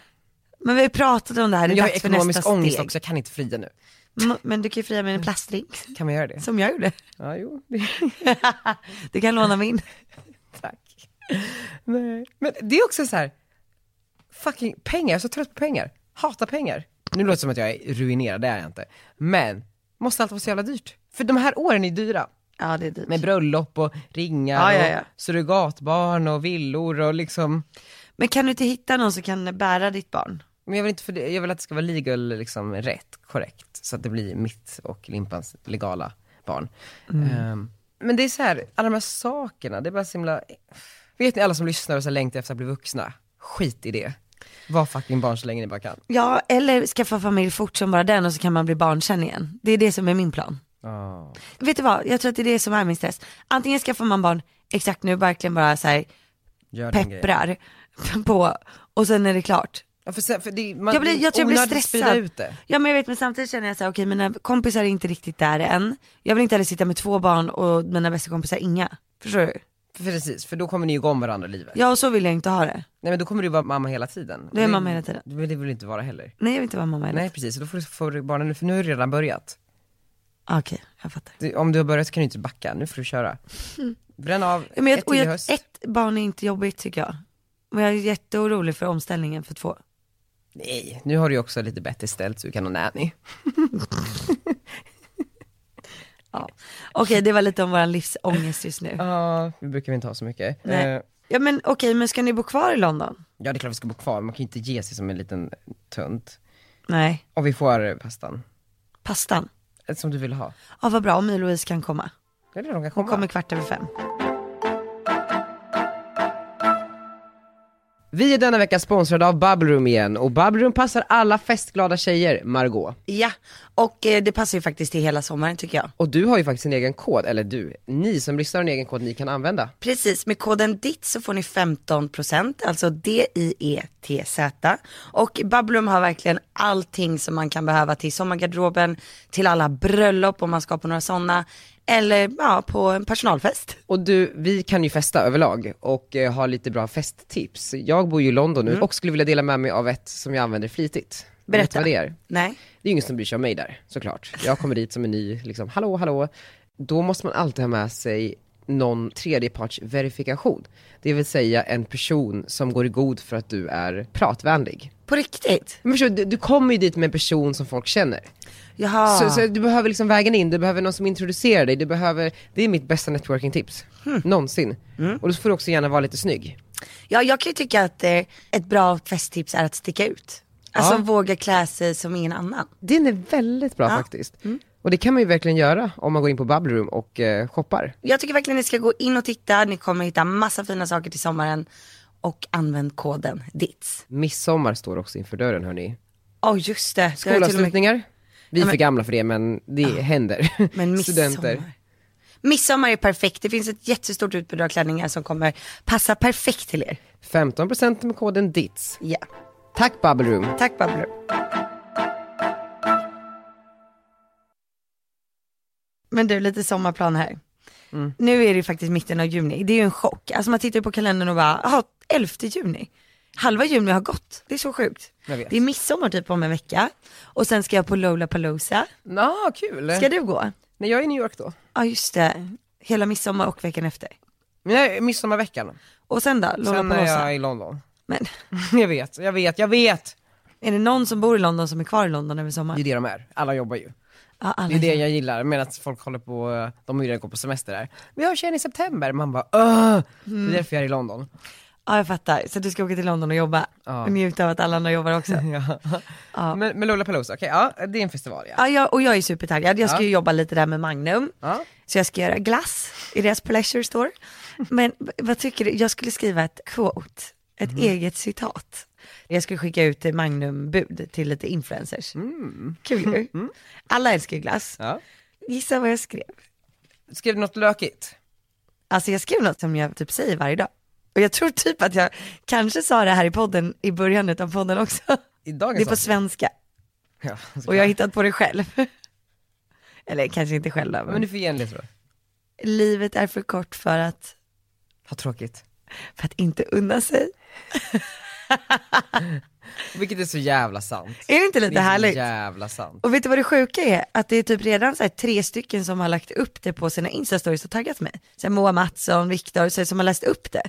Speaker 2: Men vi har ju pratat om det här, det
Speaker 1: Men jag har
Speaker 2: är dags för nästa
Speaker 1: ekonomisk ångest
Speaker 2: steg.
Speaker 1: också, jag kan inte fria nu.
Speaker 2: M- Men du kan ju fria med en plastring,
Speaker 1: Kan man göra det?
Speaker 2: [laughs] som jag gjorde.
Speaker 1: Ja, jo. Det...
Speaker 2: Du kan låna min.
Speaker 1: Tack. Nej. Men det är också så här, fucking pengar, jag är så trött på pengar. Hatar pengar. Nu låter det som att jag är ruinerad, det är jag inte. Men, måste allt vara så jävla dyrt? För de här åren är dyra.
Speaker 2: Ja, det är dyrt.
Speaker 1: Med bröllop och ringar
Speaker 2: Ja, ja, ja.
Speaker 1: och surrogatbarn och villor och liksom.
Speaker 2: Men kan du inte hitta någon som kan bära ditt barn?
Speaker 1: Men jag vill, inte för det, jag vill att det ska vara legal, liksom rätt, korrekt. Så att det blir mitt och Limpans legala barn. Ehm, men det är så här, alla de här sakerna, det är bara så himla... Vet ni alla som lyssnar och så längtar efter att bli vuxna? Skit i det. Var fucking barn så länge ni bara kan.
Speaker 2: Ja, eller skaffa familj fort som bara den och så kan man bli barn sen igen. Det är det som är min plan. Vet du vad, jag tror att det är det som är min stress. Antingen skaffar man barn exakt nu, verkligen bara så här
Speaker 1: Gör din grej.
Speaker 2: pepprar [laughs] på och sen är det klart.
Speaker 1: Ja, för sen, för det, man,
Speaker 2: Jag blir, jag tror jag blir
Speaker 1: onödigt sprida
Speaker 2: stressad.
Speaker 1: ut det.
Speaker 2: Ja men jag vet men samtidigt känner jag så här, okej mina kompisar är inte riktigt där än. Jag vill inte heller sitta med två barn och mina bästa kompisar inga. Förstår du?
Speaker 1: För precis, för då kommer ni ju gå om varandra i livet.
Speaker 2: Ja och så vill jag inte ha det.
Speaker 1: Nej men då kommer du vara mamma hela tiden.
Speaker 2: Då är jag mamma hela tiden.
Speaker 1: Men det vill du inte vara heller.
Speaker 2: Nej jag vill inte vara mamma heller.
Speaker 1: Nej precis, så då får du, får du barnen, för nu har du redan börjat.
Speaker 2: Ah, Okej, jag fattar.
Speaker 1: Du, om du har börjat så kan du inte backa, nu får du köra. Bränn av
Speaker 2: Mm. Ja, men jag,
Speaker 1: ett
Speaker 2: och
Speaker 1: till i
Speaker 2: jag,
Speaker 1: höst.
Speaker 2: ett barn är inte jobbigt tycker jag. Men jag är jätteorolig för omställningen för två.
Speaker 1: Nej, nu har du ju också lite bättre ställt så du kan ha nanny.
Speaker 2: Ja. Okej det var lite om våran livsångest just nu.
Speaker 1: Ja, vi brukar vi inte ha så mycket.
Speaker 2: Nej.
Speaker 1: Eh,
Speaker 2: Ja men okej men ska ni bo kvar i London?
Speaker 1: ja det är klart vi ska bo kvar, man kan ju inte ge sig som en liten tunt.
Speaker 2: Nej.
Speaker 1: Och vi får eh, pastan,
Speaker 2: Pastan?
Speaker 1: Eh, som du vill ha.
Speaker 2: Ja vad bra om My-Louise kan komma.
Speaker 1: Eller de kan
Speaker 2: Hon
Speaker 1: komma.
Speaker 2: kommer kvart över fem.
Speaker 1: Vi är denna vecka sponsrade av Bubbleroom igen och Bubbleroom passar alla festglada tjejer, Margot.
Speaker 2: Ja, och eh, det passar ju faktiskt till hela sommaren tycker jag.
Speaker 1: Och du har ju faktiskt en egen kod, eller du, ni som lyssnar har en egen kod ni kan använda.
Speaker 2: Precis, med koden DITT så får ni 15%, alltså D-I-E-T-Z. Och Babblum har verkligen allting som man kan behöva till sommargarderoben, till alla bröllop om man ska på några sådana, eller ja, på en personalfest.
Speaker 1: Och du, vi kan ju festa överlag och eh, ha lite bra festtips. Jag bor ju i London nu och skulle vilja dela med mig av ett som jag använder flitigt. Vet du
Speaker 2: Berätta.
Speaker 1: vad det är?
Speaker 2: Nej.
Speaker 1: Det är ju ingen som bryr sig om mig där, såklart. Jag kommer dit som en ny, liksom, hallå, hallå. Då måste man alltid ha med sig någon tredjepartsverifikation. Det vill säga en person som går i god för att du är pratvänlig.
Speaker 2: På riktigt?
Speaker 1: Men förstår du, du, du kommer ju dit med en person som folk känner.
Speaker 2: Jaha.
Speaker 1: Så, så du behöver liksom vägen in, du behöver någon som introducerar dig, du behöver, det är mitt bästa networking-tips.
Speaker 2: Hmm.
Speaker 1: Någonsin.
Speaker 2: Mm.
Speaker 1: Och då får du också gärna vara lite snygg.
Speaker 2: Ja, jag kan ju tycka att eh, ett bra festtips är att sticka ut. Alltså
Speaker 1: Ja.
Speaker 2: våga klä sig som ingen annan.
Speaker 1: Den är väldigt bra faktiskt. Mm. Och det kan man ju verkligen göra om man går in på Bubbleroom och eh, shoppar.
Speaker 2: Jag tycker verkligen ni ska gå in och titta, ni kommer hitta massa fina saker till sommaren. Och använd koden DITS.
Speaker 1: Midsommar står också inför dörren hörni.
Speaker 2: Ja just det. Det har jag till och med-
Speaker 1: Skolavslutningar. Vi är
Speaker 2: Ja,
Speaker 1: för
Speaker 2: men-
Speaker 1: gamla för det men det händer.
Speaker 2: [laughs] Men midsommar.
Speaker 1: Studenter.
Speaker 2: Midsommar är perfekt, det finns ett jättestort utbud av klänningar som kommer passa perfekt till er.
Speaker 1: 15% med koden DITS.
Speaker 2: Ja.
Speaker 1: Tack Bubbleroom.
Speaker 2: Tack Babblu. Men du, lite sommarplan här.
Speaker 1: Mm.
Speaker 2: Nu är det ju faktiskt mitten av juni, det är ju en chock. Alltså man tittar ju på kalendern och bara, jaha, 11 juni. Halva juni har gått, det är så sjukt.
Speaker 1: Jag vet.
Speaker 2: Det är midsommar typ om en vecka och sen ska jag på Lollapalooza.
Speaker 1: Ja, kul.
Speaker 2: Ska du gå?
Speaker 1: Nej jag är i New York då.
Speaker 2: Ja just det, hela midsommar och veckan efter.
Speaker 1: Nej, midsommarveckan.
Speaker 2: Och sen då,
Speaker 1: Sen är
Speaker 2: Lollapalooza?
Speaker 1: jag i London. [laughs]
Speaker 2: Men
Speaker 1: Jag vet, jag vet, jag vet.
Speaker 2: är det någon som bor i London som är kvar i London över
Speaker 1: Det är
Speaker 2: sommaren?
Speaker 1: det de är, alla jobbar ju.
Speaker 2: Ja, alla.
Speaker 1: Det är det jag gillar, medan folk håller på, eh, de har ju redan gått på semester där. Vi hörs igen i september, man bara Åh! Det är därför jag är i London.
Speaker 2: ja jag fattar, så du ska åka till London och jobba och njuta av att alla andra jobbar också.
Speaker 1: [laughs] ja. Men, men Lollapalooza, okej, ja det är en festival ja.
Speaker 2: Ja, jag, och jag är supertaggad, jag ska ju jobba lite där med Magnum,
Speaker 1: ja.
Speaker 2: så jag ska göra glass i deras pleasure store. Men v- vad tycker du, jag skulle skriva ett quote, ett
Speaker 1: Mm.
Speaker 2: eget citat. Jag skulle skicka ut eh, Magnum-bud till lite influencers.
Speaker 1: Mm.
Speaker 2: Kul ju. Alla älskar ju glass.
Speaker 1: ja.
Speaker 2: Gissa vad jag skrev.
Speaker 1: Skrev du något lökigt?
Speaker 2: Alltså jag skrev något som jag typ säger varje dag. Och jag tror typ att jag kanske sa det här i podden, i början av podden också.
Speaker 1: I dagens
Speaker 2: [laughs] Det är på
Speaker 1: avsnitt?
Speaker 2: svenska.
Speaker 1: ja,
Speaker 2: Och jag har
Speaker 1: såklart.
Speaker 2: hittat på det själv. [laughs] Eller kanske inte själv då,
Speaker 1: Men
Speaker 2: men
Speaker 1: du får igen lite då.
Speaker 2: livet är för kort för att,
Speaker 1: Ha tråkigt.
Speaker 2: för att inte unna sig.
Speaker 1: Vilket är så jävla sant.
Speaker 2: Är det inte lite
Speaker 1: är så
Speaker 2: härligt?
Speaker 1: jävla sant.
Speaker 2: Och vet du vad det sjuka är? Att det är typ redan så här tre stycken som har lagt upp det på sina instastories och taggat mig. Så här Moa Mattsson, Viktor, så här, som har läst upp det.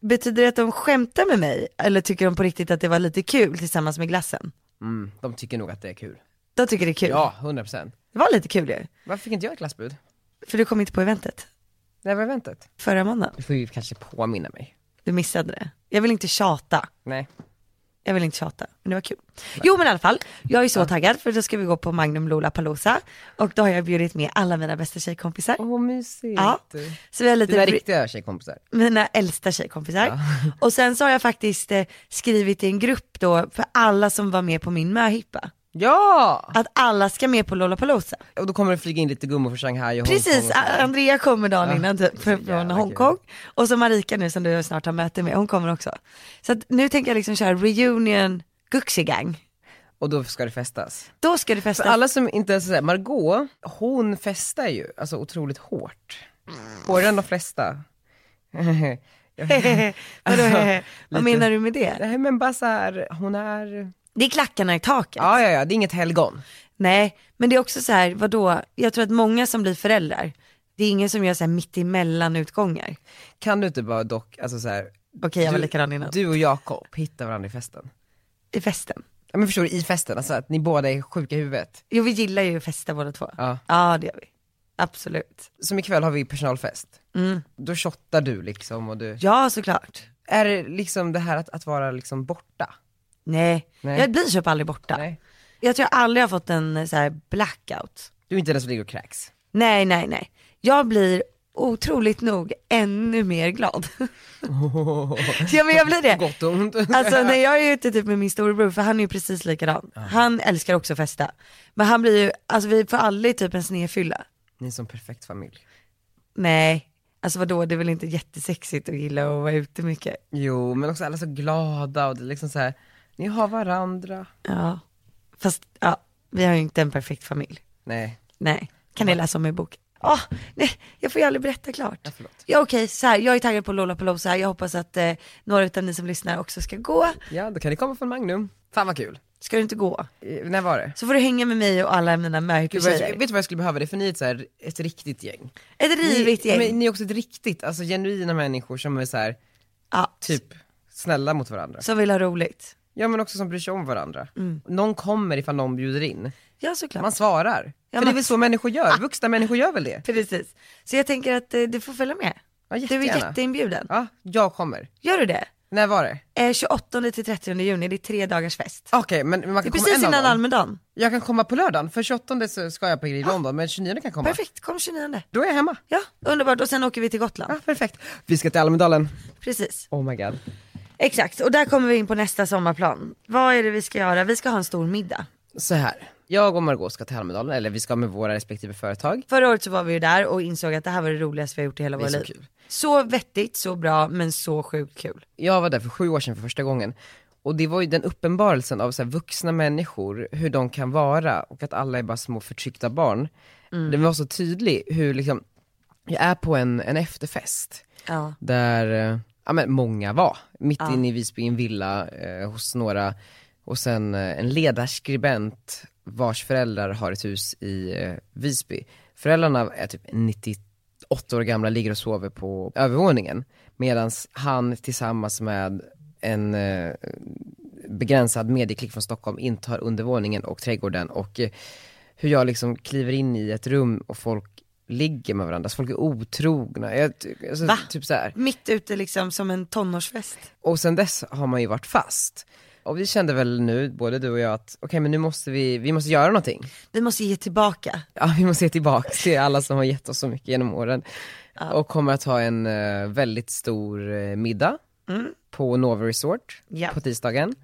Speaker 2: Betyder det att de skämtar med mig? Eller tycker de på riktigt att det var lite kul tillsammans med glassen?
Speaker 1: Mm, de tycker nog att det är kul.
Speaker 2: De tycker det är kul.
Speaker 1: Ja, 100%.
Speaker 2: Det var lite kul ju.
Speaker 1: Varför fick inte jag ett glassbud?
Speaker 2: För du kom inte på eventet
Speaker 1: Det var eventet.
Speaker 2: förra måndagen.
Speaker 1: Du får ju kanske påminna mig.
Speaker 2: Du missade det. Jag vill inte tjata.
Speaker 1: Nej.
Speaker 2: Jag vill inte tjata, men det var kul. Jo men i alla fall, jag är så taggad för då ska vi gå på Magnum Lollapalooza och då har jag bjudit med alla mina bästa tjejkompisar.
Speaker 1: Åh vad mysigt.
Speaker 2: Ja. Så vi har lite
Speaker 1: Dina riktiga tjejkompisar.
Speaker 2: mina äldsta tjejkompisar. [laughs] Och sen så har jag faktiskt eh, skrivit i en grupp då för alla som var med på min möhippa.
Speaker 1: Ja!
Speaker 2: Att alla ska med på Lollapalooza.
Speaker 1: Och då kommer det flyga in lite gummor från Shanghai och
Speaker 2: Precis, äh,
Speaker 1: Hongkong och sådär.
Speaker 2: Andrea kommer dagen innan typ, från
Speaker 1: jävla
Speaker 2: Hongkong. Och så Marika nu som du snart har möte med, hon kommer också. Så att nu tänker jag liksom köra reunion Guxigang. äh.
Speaker 1: Och då ska det festas.
Speaker 2: Då ska det
Speaker 1: För
Speaker 2: festas.
Speaker 1: alla som inte ens såhär, Margot, hon festar ju alltså otroligt hårt. Hårdare än de flesta.
Speaker 2: [laughs]
Speaker 1: [laughs]
Speaker 2: Vadå, vad menar du med det?
Speaker 1: Nej men bara såhär, hon är,
Speaker 2: Det är klackarna i taket.
Speaker 1: ja ja ja, det är inget helgon.
Speaker 2: Nej, men det är också så här, vadå, jag tror att många som blir föräldrar, det är ingen som gör så här mittemellan utgångar.
Speaker 1: Kan du inte bara dock, alltså såhär,
Speaker 2: Okej, jag var
Speaker 1: Du-
Speaker 2: likadan innan.
Speaker 1: du och Jakob hittar varandra i festen.
Speaker 2: I festen.
Speaker 1: Ja men förstår du, i festen, alltså att ni båda är sjuka i huvudet.
Speaker 2: Jo, vi gillar ju att festa båda två.
Speaker 1: Ja.
Speaker 2: Ja, det gör vi. Absolut.
Speaker 1: Som ikväll har vi personalfest.
Speaker 2: Mm.
Speaker 1: Då shottar du liksom och du,
Speaker 2: Ja, såklart.
Speaker 1: är det liksom det här att, att vara liksom borta?
Speaker 2: Nej,
Speaker 1: Nej.
Speaker 2: jag blir typ aldrig borta.
Speaker 1: Nej.
Speaker 2: Jag tror jag aldrig har fått en eh, så här blackout.
Speaker 1: [laughs] Du är inte den som ligger och kräks?
Speaker 2: Nej, nej, nej. Jag blir otroligt nog ännu mer glad. [laughs] ja men jag blir det.
Speaker 1: Gott och ont.
Speaker 2: Alltså när jag är ute typ med min storebror, för han är ju precis likadan. Han älskar också att festa. Men han blir ju, alltså vi får aldrig typ en snedfylla.
Speaker 1: [laughs] Ni är som perfekt familj.
Speaker 2: Nej, alltså vadå det är väl inte jättesexigt att gilla att vara ute mycket.
Speaker 1: Jo, men också alla så glada och det är liksom så här. ni har varandra.
Speaker 2: Ja, fast ja, vi har ju inte en perfekt familj.
Speaker 1: Nej,
Speaker 2: Nej, kan ni läsa om i boken. Åh, nej, jag får ju aldrig berätta klart.
Speaker 1: förlåt.
Speaker 2: Ja okej, så här, jag är taggad på Lollapalooza, jag hoppas att eh, några utav ni som lyssnar också ska gå.
Speaker 1: Ja, då kan det komma från Magnum. Fan vad kul.
Speaker 2: Ska du inte gå?
Speaker 1: Eh, när var det?
Speaker 2: Så får du hänga med mig och alla mina
Speaker 1: Gud, vad jag,
Speaker 2: märkestjejer.
Speaker 1: vet du vad jag skulle behöva det? För ni är ett, så här, ett riktigt gäng.
Speaker 2: Ett rivigt
Speaker 1: ni,
Speaker 2: gäng.
Speaker 1: Men ni är också ett riktigt, alltså genuina människor som är så här,
Speaker 2: ja,
Speaker 1: typ snälla mot varandra.
Speaker 2: Som vill ha roligt.
Speaker 1: Ja men också som bryr sig om varandra. Någon kommer ifall någon bjuder in.
Speaker 2: Ja såklart.
Speaker 1: Man svarar. För det
Speaker 2: Ja,
Speaker 1: är
Speaker 2: men- Ah.
Speaker 1: väl så människor gör, vuxna människor gör väl det?
Speaker 2: Precis. Så jag tänker att eh, du får följa med.
Speaker 1: Ja,
Speaker 2: Du är
Speaker 1: jättegärna.
Speaker 2: jätteinbjuden.
Speaker 1: Ja, jag kommer.
Speaker 2: Gör du det?
Speaker 1: När var det?
Speaker 2: Eh, 28 till 30 juni, det är tre dagars fest.
Speaker 1: Okej, men man
Speaker 2: Det
Speaker 1: kan
Speaker 2: är
Speaker 1: komma
Speaker 2: precis
Speaker 1: en av
Speaker 2: innan
Speaker 1: dem.
Speaker 2: Almedalen.
Speaker 1: Jag kan komma på lördagen, för 28 så ska jag på Grid London, men 29 kan jag komma.
Speaker 2: Ah, Perfekt, kom 29.
Speaker 1: Då är jag hemma.
Speaker 2: Ja, underbart. Och sen åker vi till Gotland.
Speaker 1: Ja, perfekt. Vi ska till Almedalen.
Speaker 2: Precis.
Speaker 1: Oh my god.
Speaker 2: Exakt, och där kommer vi in på nästa sommarplan. Vad är det vi ska göra? Vi ska ha en stor middag.
Speaker 1: Så här. Jag och Margot ska till Almedalen, eller vi ska med våra respektive företag.
Speaker 2: Förra året så var vi ju där och insåg att det här var det roligaste vi har gjort i hela
Speaker 1: Det är
Speaker 2: våra
Speaker 1: så
Speaker 2: liv.
Speaker 1: kul.
Speaker 2: Så vettigt, så bra, men så sjukt kul.
Speaker 1: Jag var där för sju år sedan för första gången. Och det var ju den uppenbarelsen av så här, vuxna människor, hur de kan vara och att alla är bara små förtryckta barn. Det var så tydlig hur liksom, jag är på en, en efterfest.
Speaker 2: Ja.
Speaker 1: där eh, ja, men många var. Mitt inne i Visby i en villa eh, hos några och sen eh, en ledarskribent vars föräldrar har ett hus i eh, Visby. Föräldrarna är typ 98 år gamla, ligger och sover på övervåningen medan han tillsammans med en eh, begränsad medieklick från Stockholm intar undervåningen och trädgården och eh, hur jag liksom kliver in i ett rum och folk ligger med varandra, så folk är otrogna. Jag, ty- alltså,
Speaker 2: Va?
Speaker 1: Typ så här.
Speaker 2: Mitt ute liksom som en tonårsfest.
Speaker 1: Och sen dess har man ju varit fast. Och vi kände väl nu, både du och jag, att okej men nu måste vi, vi måste göra någonting. [laughs]
Speaker 2: Vi måste ge tillbaka.
Speaker 1: Ja, vi måste ge tillbaka till alla som har gett oss så mycket genom åren. Och kommer att ha en eh, väldigt stor eh, middag på Nova Resort
Speaker 2: Ja.
Speaker 1: på tisdagen.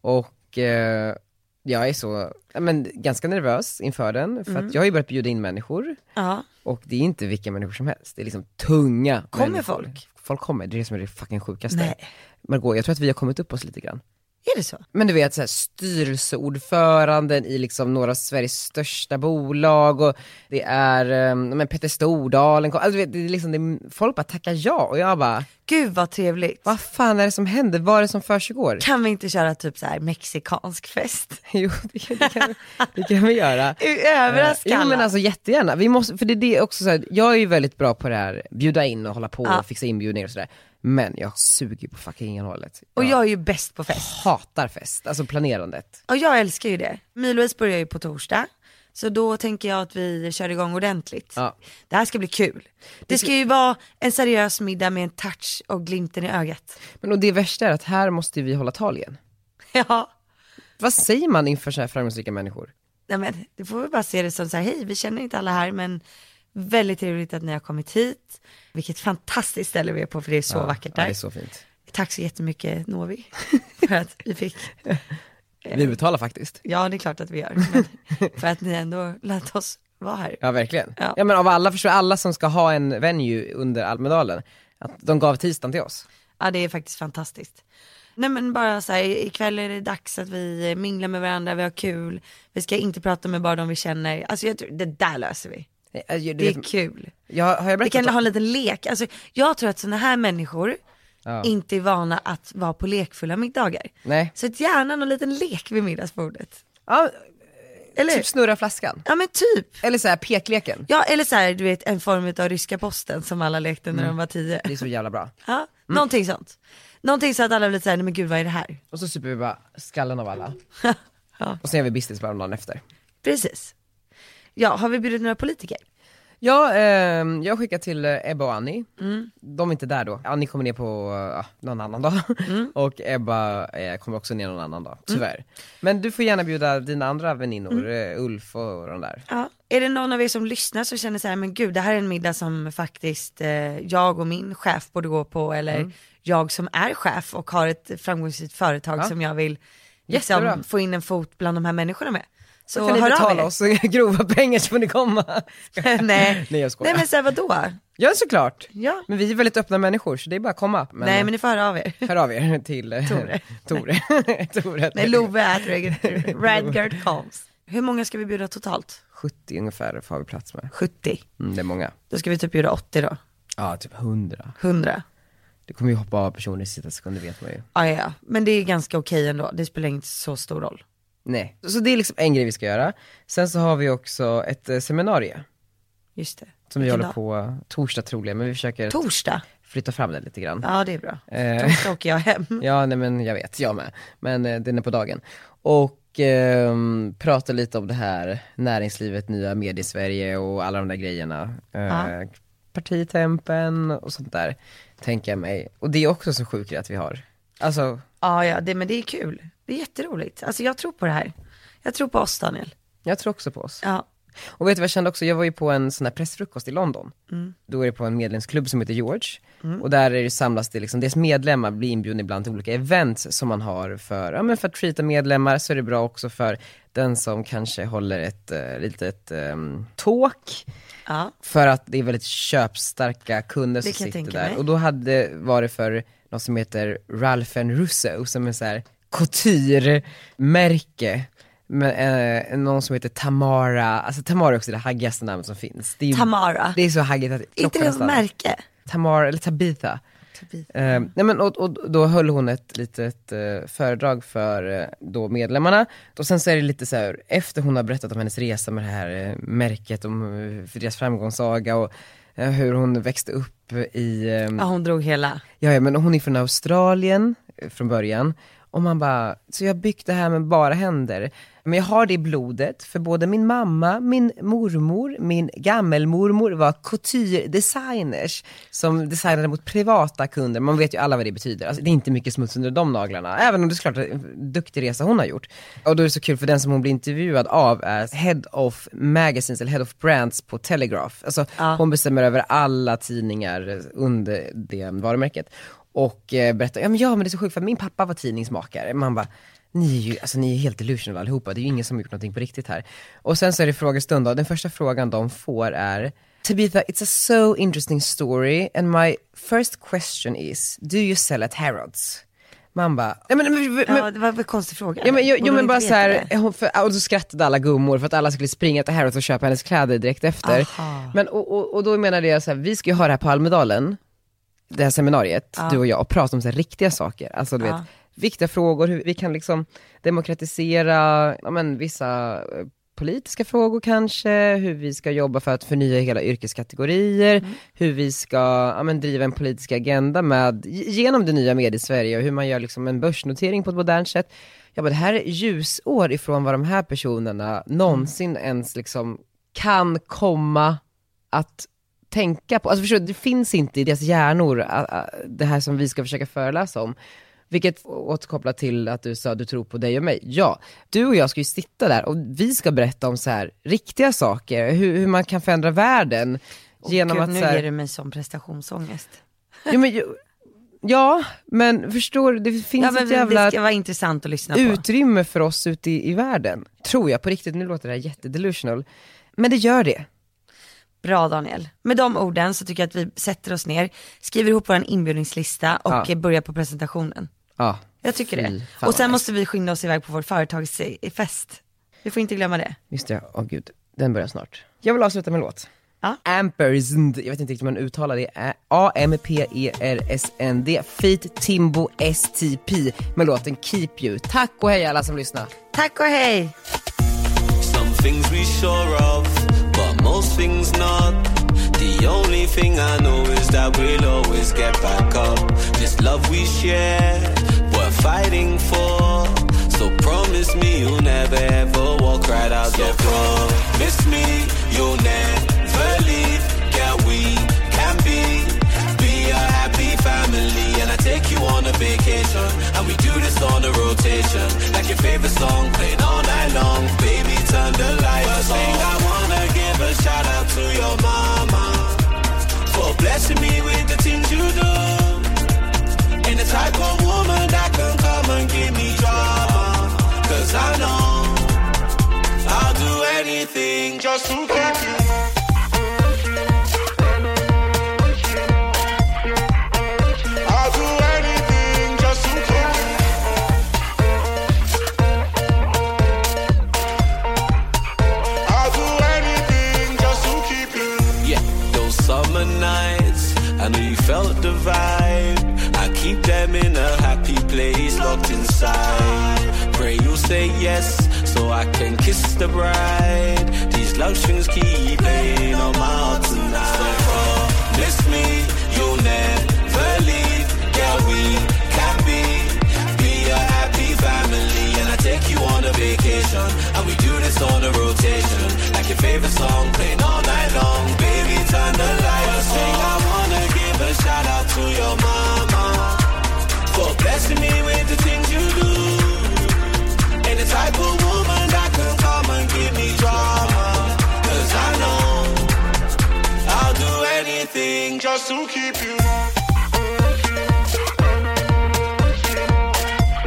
Speaker 1: Och eh, jag är så, ja, men ganska nervös inför den, för att jag har ju börjat bjuda in människor.
Speaker 2: Ja.
Speaker 1: Och det är inte vilka människor som helst, det är liksom tunga
Speaker 2: Kommer
Speaker 1: människor.
Speaker 2: folk?
Speaker 1: Folk kommer, det är det som är det fucking sjukaste.
Speaker 2: Nej.
Speaker 1: Margot, jag tror att vi har kommit upp oss lite grann.
Speaker 2: Är det så?
Speaker 1: Men du vet så här, styrelseordföranden i liksom några av Sveriges största bolag och det är, eh, men Petter Stordalen kom, alltså, du vet, det är liksom, det är, folk bara tackar ja och jag bara,
Speaker 2: Gud vad trevligt.
Speaker 1: vad fan är det som händer? Vad är det som försiggår? [laughs]
Speaker 2: Kan vi inte köra typ så här mexikansk fest?
Speaker 1: Jo, det kan, det kan, vi- det kan vi göra.
Speaker 2: Överraska
Speaker 1: Eh, Jo men
Speaker 2: alla.
Speaker 1: alltså jättegärna, vi måste, för det, det är också så här, jag är ju väldigt bra på det här, bjuda in och hålla på
Speaker 2: Ja.
Speaker 1: och fixa inbjudningar och sådär. Men jag suger på fucking innehållet.
Speaker 2: Och jag är ju bäst på fest.
Speaker 1: hatar fest, alltså planerandet.
Speaker 2: Och jag älskar ju det. Milois börjar ju på torsdag. Så då tänker jag att vi kör igång ordentligt.
Speaker 1: Ja.
Speaker 2: Det här ska bli kul. Det ska ju vara en seriös middag med en touch och glimten i ögat.
Speaker 1: Men och det värsta är att här måste vi hålla tal igen.
Speaker 2: [laughs] Ja,
Speaker 1: Vad säger man inför så här framgångsrika människor?
Speaker 2: Nej, men det får vi bara se det som så här, hej vi känner inte alla här men väldigt trevligt att ni har kommit hit. Vilket fantastiskt ställe vi är på för det är så vackert
Speaker 1: Ja,
Speaker 2: där.
Speaker 1: det är så fint.
Speaker 2: Tack så jättemycket [laughs] Novi för att vi fick, Eh.
Speaker 1: Vi betalar faktiskt.
Speaker 2: ja det är klart att vi gör, [laughs] men för att ni ändå lät oss vara här.
Speaker 1: Ja verkligen.
Speaker 2: Ja.
Speaker 1: Ja. men av alla, förstår alla som ska ha en venue under Almedalen, att de gav tisdagen till oss.
Speaker 2: Ja det är faktiskt fantastiskt. Nej men bara så här, ikväll är det dags att vi minglar med varandra, vi har kul, vi ska inte prata med bara de vi känner. Alltså jag tror, det där löser vi.
Speaker 1: Eh, ju- Du
Speaker 2: Det är
Speaker 1: vet,
Speaker 2: kul.
Speaker 1: jag, har jag
Speaker 2: Vi
Speaker 1: berättat
Speaker 2: kan
Speaker 1: om-
Speaker 2: ha en liten lek. Alltså, jag tror att sådana här människor inte är vana att vara på lekfulla middagar.
Speaker 1: Nej.
Speaker 2: Så att gärna någon liten lek vid middagsbordet.
Speaker 1: Ja,
Speaker 2: Eller
Speaker 1: typ
Speaker 2: typ.
Speaker 1: snurra flaskan.
Speaker 2: Ja men typ.
Speaker 1: Eller så här pekleken.
Speaker 2: Ja eller så här, du vet en form av ryska posten som alla lekte när de var tio.
Speaker 1: Det är så jävla bra.
Speaker 2: Ja, någonting sånt. Någonting så att alla blir såhär, nej men gud vad är det här?
Speaker 1: Och så super vi bara skallen av [laughs] alla.
Speaker 2: Ja.
Speaker 1: Och sen gör vi business bara dagen efter.
Speaker 2: Precis. Ja, har vi bjudit några politiker?
Speaker 1: Ja, ehm, jag skickar till eh, Ebba och Annie. De är inte där då. Annie kommer ner på eh, någon annan dag [laughs] och Ebba eh, kommer också ner någon annan dag, tyvärr. Men du får gärna bjuda dina andra väninnor, eh, Ulf och de där.
Speaker 2: Ja. Är det någon av er som lyssnar som känner så här, men gud det här är en middag som faktiskt eh, jag och min chef borde gå på eller jag som är chef och har ett framgångsrikt företag som jag vill
Speaker 1: Jättebra.
Speaker 2: liksom, få in en fot bland de här människorna med. Så
Speaker 1: Då kan ni
Speaker 2: hör av
Speaker 1: betala
Speaker 2: er.
Speaker 1: oss [laughs] grova pengar så får ni komma.
Speaker 2: [laughs] Nej.
Speaker 1: [laughs] Nej jag skojar.
Speaker 2: Nej men så här, vadå?
Speaker 1: Ja såklart.
Speaker 2: Ja.
Speaker 1: Men vi är väldigt öppna människor så det är bara att komma. Men,
Speaker 2: Nej men ni får höra av er. [laughs]
Speaker 1: Hör av er till eh,
Speaker 2: Tore.
Speaker 1: [laughs] Tore. Tore.
Speaker 2: Nej Love är Radgard Combs. Hur många ska vi bjuda totalt?
Speaker 1: 70 ungefär har vi plats med.
Speaker 2: 70.
Speaker 1: Mm, det är många.
Speaker 2: Då ska vi typ bjuda 80 då.
Speaker 1: Ja, typ 100.
Speaker 2: 100.
Speaker 1: Det kommer ju hoppa av personer i sista sekund, det vet man ju.
Speaker 2: Ah, ja, ja, men det är ganska okej ändå. Det spelar inte så stor roll.
Speaker 1: Nej. Så det är liksom en grej vi ska göra. Sen så har vi också ett eh, seminarium
Speaker 2: Just det.
Speaker 1: som vi
Speaker 2: Vilken
Speaker 1: håller
Speaker 2: dag?
Speaker 1: på torsdag troligen, men vi försöker
Speaker 2: Torsdag.
Speaker 1: flytta fram det lite grann.
Speaker 2: Ja det är bra.
Speaker 1: Eh,
Speaker 2: Torsdag åker jag hem.
Speaker 1: Ja, nej men jag vet, jag med. Men eh, den är på dagen. Och ehm, prata lite om det här näringslivet, nya mediesverige och alla de där grejerna. Eh,
Speaker 2: Ja.
Speaker 1: Partitempen och sånt där, tänker jag mig. Och det är också så sjukt att vi har. Alltså,
Speaker 2: Ja ja, det, men det är kul. Det är jätteroligt. Alltså jag tror på det här. Jag tror på oss Daniel.
Speaker 1: jag tror också på oss.
Speaker 2: Ja.
Speaker 1: Och vet du vad jag kände också? Jag var ju på en sån här pressfrukost i London. Då är det på en medlemsklubb som heter George. Och där är det samlas det liksom, deras medlemmar blir inbjudna ibland till olika events som man har för, ja men för att treata medlemmar så är det bra också för den som kanske håller ett eh, litet um, talk.
Speaker 2: ja.
Speaker 1: För att det är väldigt köpstarka kunder som
Speaker 2: Det kan jag
Speaker 1: sitter
Speaker 2: tänka
Speaker 1: där.
Speaker 2: mig.
Speaker 1: Och då hade, var det för något som heter Ralph and Russo, som är så här couture-märke. Men, eh, någon som heter Tamara, alltså Tamara är också det haggigaste namnet som finns. Det är, ju-
Speaker 2: Tamara.
Speaker 1: Det är så haggigt att
Speaker 2: Inte
Speaker 1: klockan
Speaker 2: det ett
Speaker 1: stannar.
Speaker 2: märke?
Speaker 1: Tamara, eller Tabitha. Eh, nej men, och, och då höll hon ett litet eh, föredrag för eh, då medlemmarna. Och sen så är det lite så här, efter hon har berättat om hennes resa med det här eh, märket, om eh, för deras framgångssaga och eh, hur hon växte upp i, eh,
Speaker 2: Ja hon drog hela.
Speaker 1: ja, ja men hon är från Australien eh, från början. Och man bara, så jag har byggt det här med bara händer. Men jag har det i blodet, för både min mamma, min mormor, min gammelmormor var couture-designers som designade mot privata kunder. Man vet ju alla vad det betyder. Alltså, det är inte mycket smuts under de naglarna, även om det är såklart en duktig resa hon har gjort. Och då är det så kul, för den som hon blir intervjuad av är head of magazines, eller head of brands på Telegraph. Alltså,
Speaker 2: Ja.
Speaker 1: hon bestämmer över alla tidningar under det varumärket. Och eh, berättar, ja men, ja men det är så sjukt för min pappa var tidningsmakare. Man bara, ni är ju alltså, ni är helt delusional allihopa, det är ju ingen som har gjort någonting på riktigt här. Och sen så är det frågestund då, den första frågan de får är Tabitha, it's a so interesting story and my first question is, do you sell at Harrods? Man bara, ja, men, men, men,
Speaker 2: Ja, det var väl en konstig fråga.
Speaker 1: Ja men, jo,
Speaker 2: Borde
Speaker 1: jo,
Speaker 2: hon
Speaker 1: men
Speaker 2: inte
Speaker 1: bara
Speaker 2: veta
Speaker 1: såhär,
Speaker 2: det?
Speaker 1: hon- för- och då skrattade alla gummor för att alla skulle springa till Harrods och köpa hennes kläder direkt efter.
Speaker 2: Aha.
Speaker 1: Men, och, och, och då menade jag såhär, vi ska ju ha det här på Almedalen, det här seminariet, du och jag, och prata om så här riktiga saker. Alltså du
Speaker 2: Ja.
Speaker 1: vet, viktiga frågor, hur vi kan liksom demokratisera, ja, men, vissa eh, politiska frågor kanske, hur vi ska jobba för att förnya hela yrkeskategorier, hur vi ska ja, men, driva en politisk agenda med, ge- genom det nya mediesverige och hur man gör liksom en börsnotering på ett modernt sätt. Jag bara, det här är ljusår ifrån vad de här personerna någonsin ens liksom kan komma att tänka på. Alltså förstår du, det finns inte i deras hjärnor ä, ä, det här som vi ska försöka föreläsa om. Vilket återkopplar till att du sa att du tror på dig och mig. Ja, du och jag ska ju sitta där och vi ska berätta om så här riktiga saker, hur, hur man kan förändra världen.
Speaker 2: Åh,
Speaker 1: genom
Speaker 2: gud,
Speaker 1: att
Speaker 2: nu
Speaker 1: så här,
Speaker 2: ger du mig sån prestationsångest.
Speaker 1: jo, men, ju- Ja, men förstår du, det finns
Speaker 2: Ja men
Speaker 1: ett jävla
Speaker 2: det ska vara intressant att lyssna på.
Speaker 1: utrymme för oss ute i, i världen. Tror jag på riktigt, nu låter det här jättedelusional. Men det gör det.
Speaker 2: Bra Daniel. Med de orden så tycker jag att vi sätter oss ner, skriver ihop vår inbjudningslista och
Speaker 1: Ja.
Speaker 2: eh, börjar på presentationen.
Speaker 1: Ja,
Speaker 2: Jag tycker
Speaker 1: Fy
Speaker 2: det.
Speaker 1: fan
Speaker 2: Och
Speaker 1: vad
Speaker 2: sen
Speaker 1: nice.
Speaker 2: måste vi skynda oss iväg på vår företagsfest. Vi får inte glömma det.
Speaker 1: Just det, åh gud, den börjar snart. Jag vill avsluta med en låt.
Speaker 2: Ja.
Speaker 1: Ampersnd, jag vet inte riktigt hur man uttalar det, Ä- E A-M-P-E-R-S-N-D, Feat Timbo STP med låten Keep You. Tack och hej alla som lyssnar.
Speaker 2: Tack och hej!
Speaker 3: Some things we sure of, but most things not. The only thing I know is that we'll always get back up. This love we share, we're fighting for. So promise me you'll never ever walk right out your door. Miss me, you'll never leave. the rotation. Like your favorite song playing all night long. Baby, turn the lights on. thing I wanna give a shout out to your mama for blessing me with the things you do. And the type of woman that can come and give me drama. Cause I know I'll do anything just to keep you. I'll do anything just to keep you. I'll do anything just to keep you. Yeah, those summer nights, I know you felt the vibe. I keep them in a happy place, locked inside. Pray you say yes, so I can kiss the bride. These love strings keep playing on my heart tonight. So, oh, miss me, you'll never leave. Yeah, we can be be a happy family and I take you on a vacation and we do this on a rotation like your favorite song playing all night long baby turn the lights on I wanna give a shout out to your mama for blessing me with the things you do and the type of woman that can come and give me drama cause I know I'll do anything just to keep you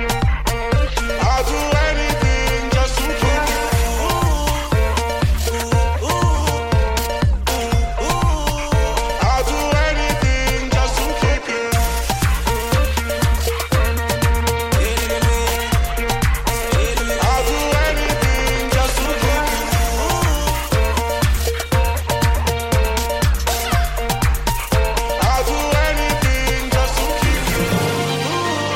Speaker 3: I'll do anything just to keep you. Ooh, ooh, ooh, ooh. I'll do anything just to keep you. I'll do anything just to keep you. I'll do anything just to keep you.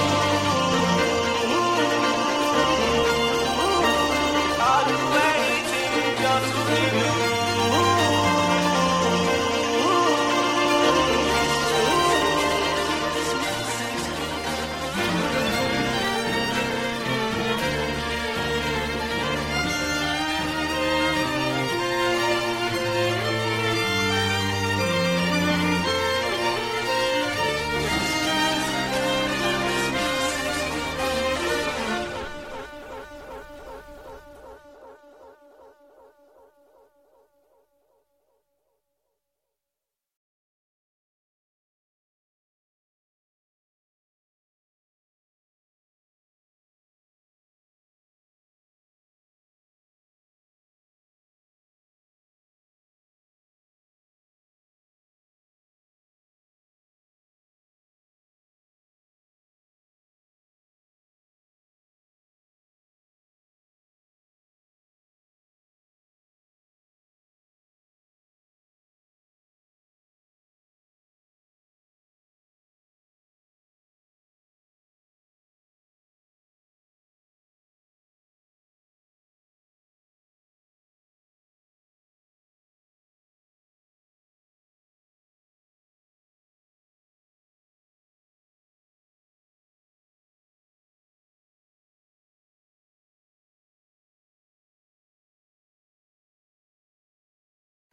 Speaker 3: I'll do anything just to keep you.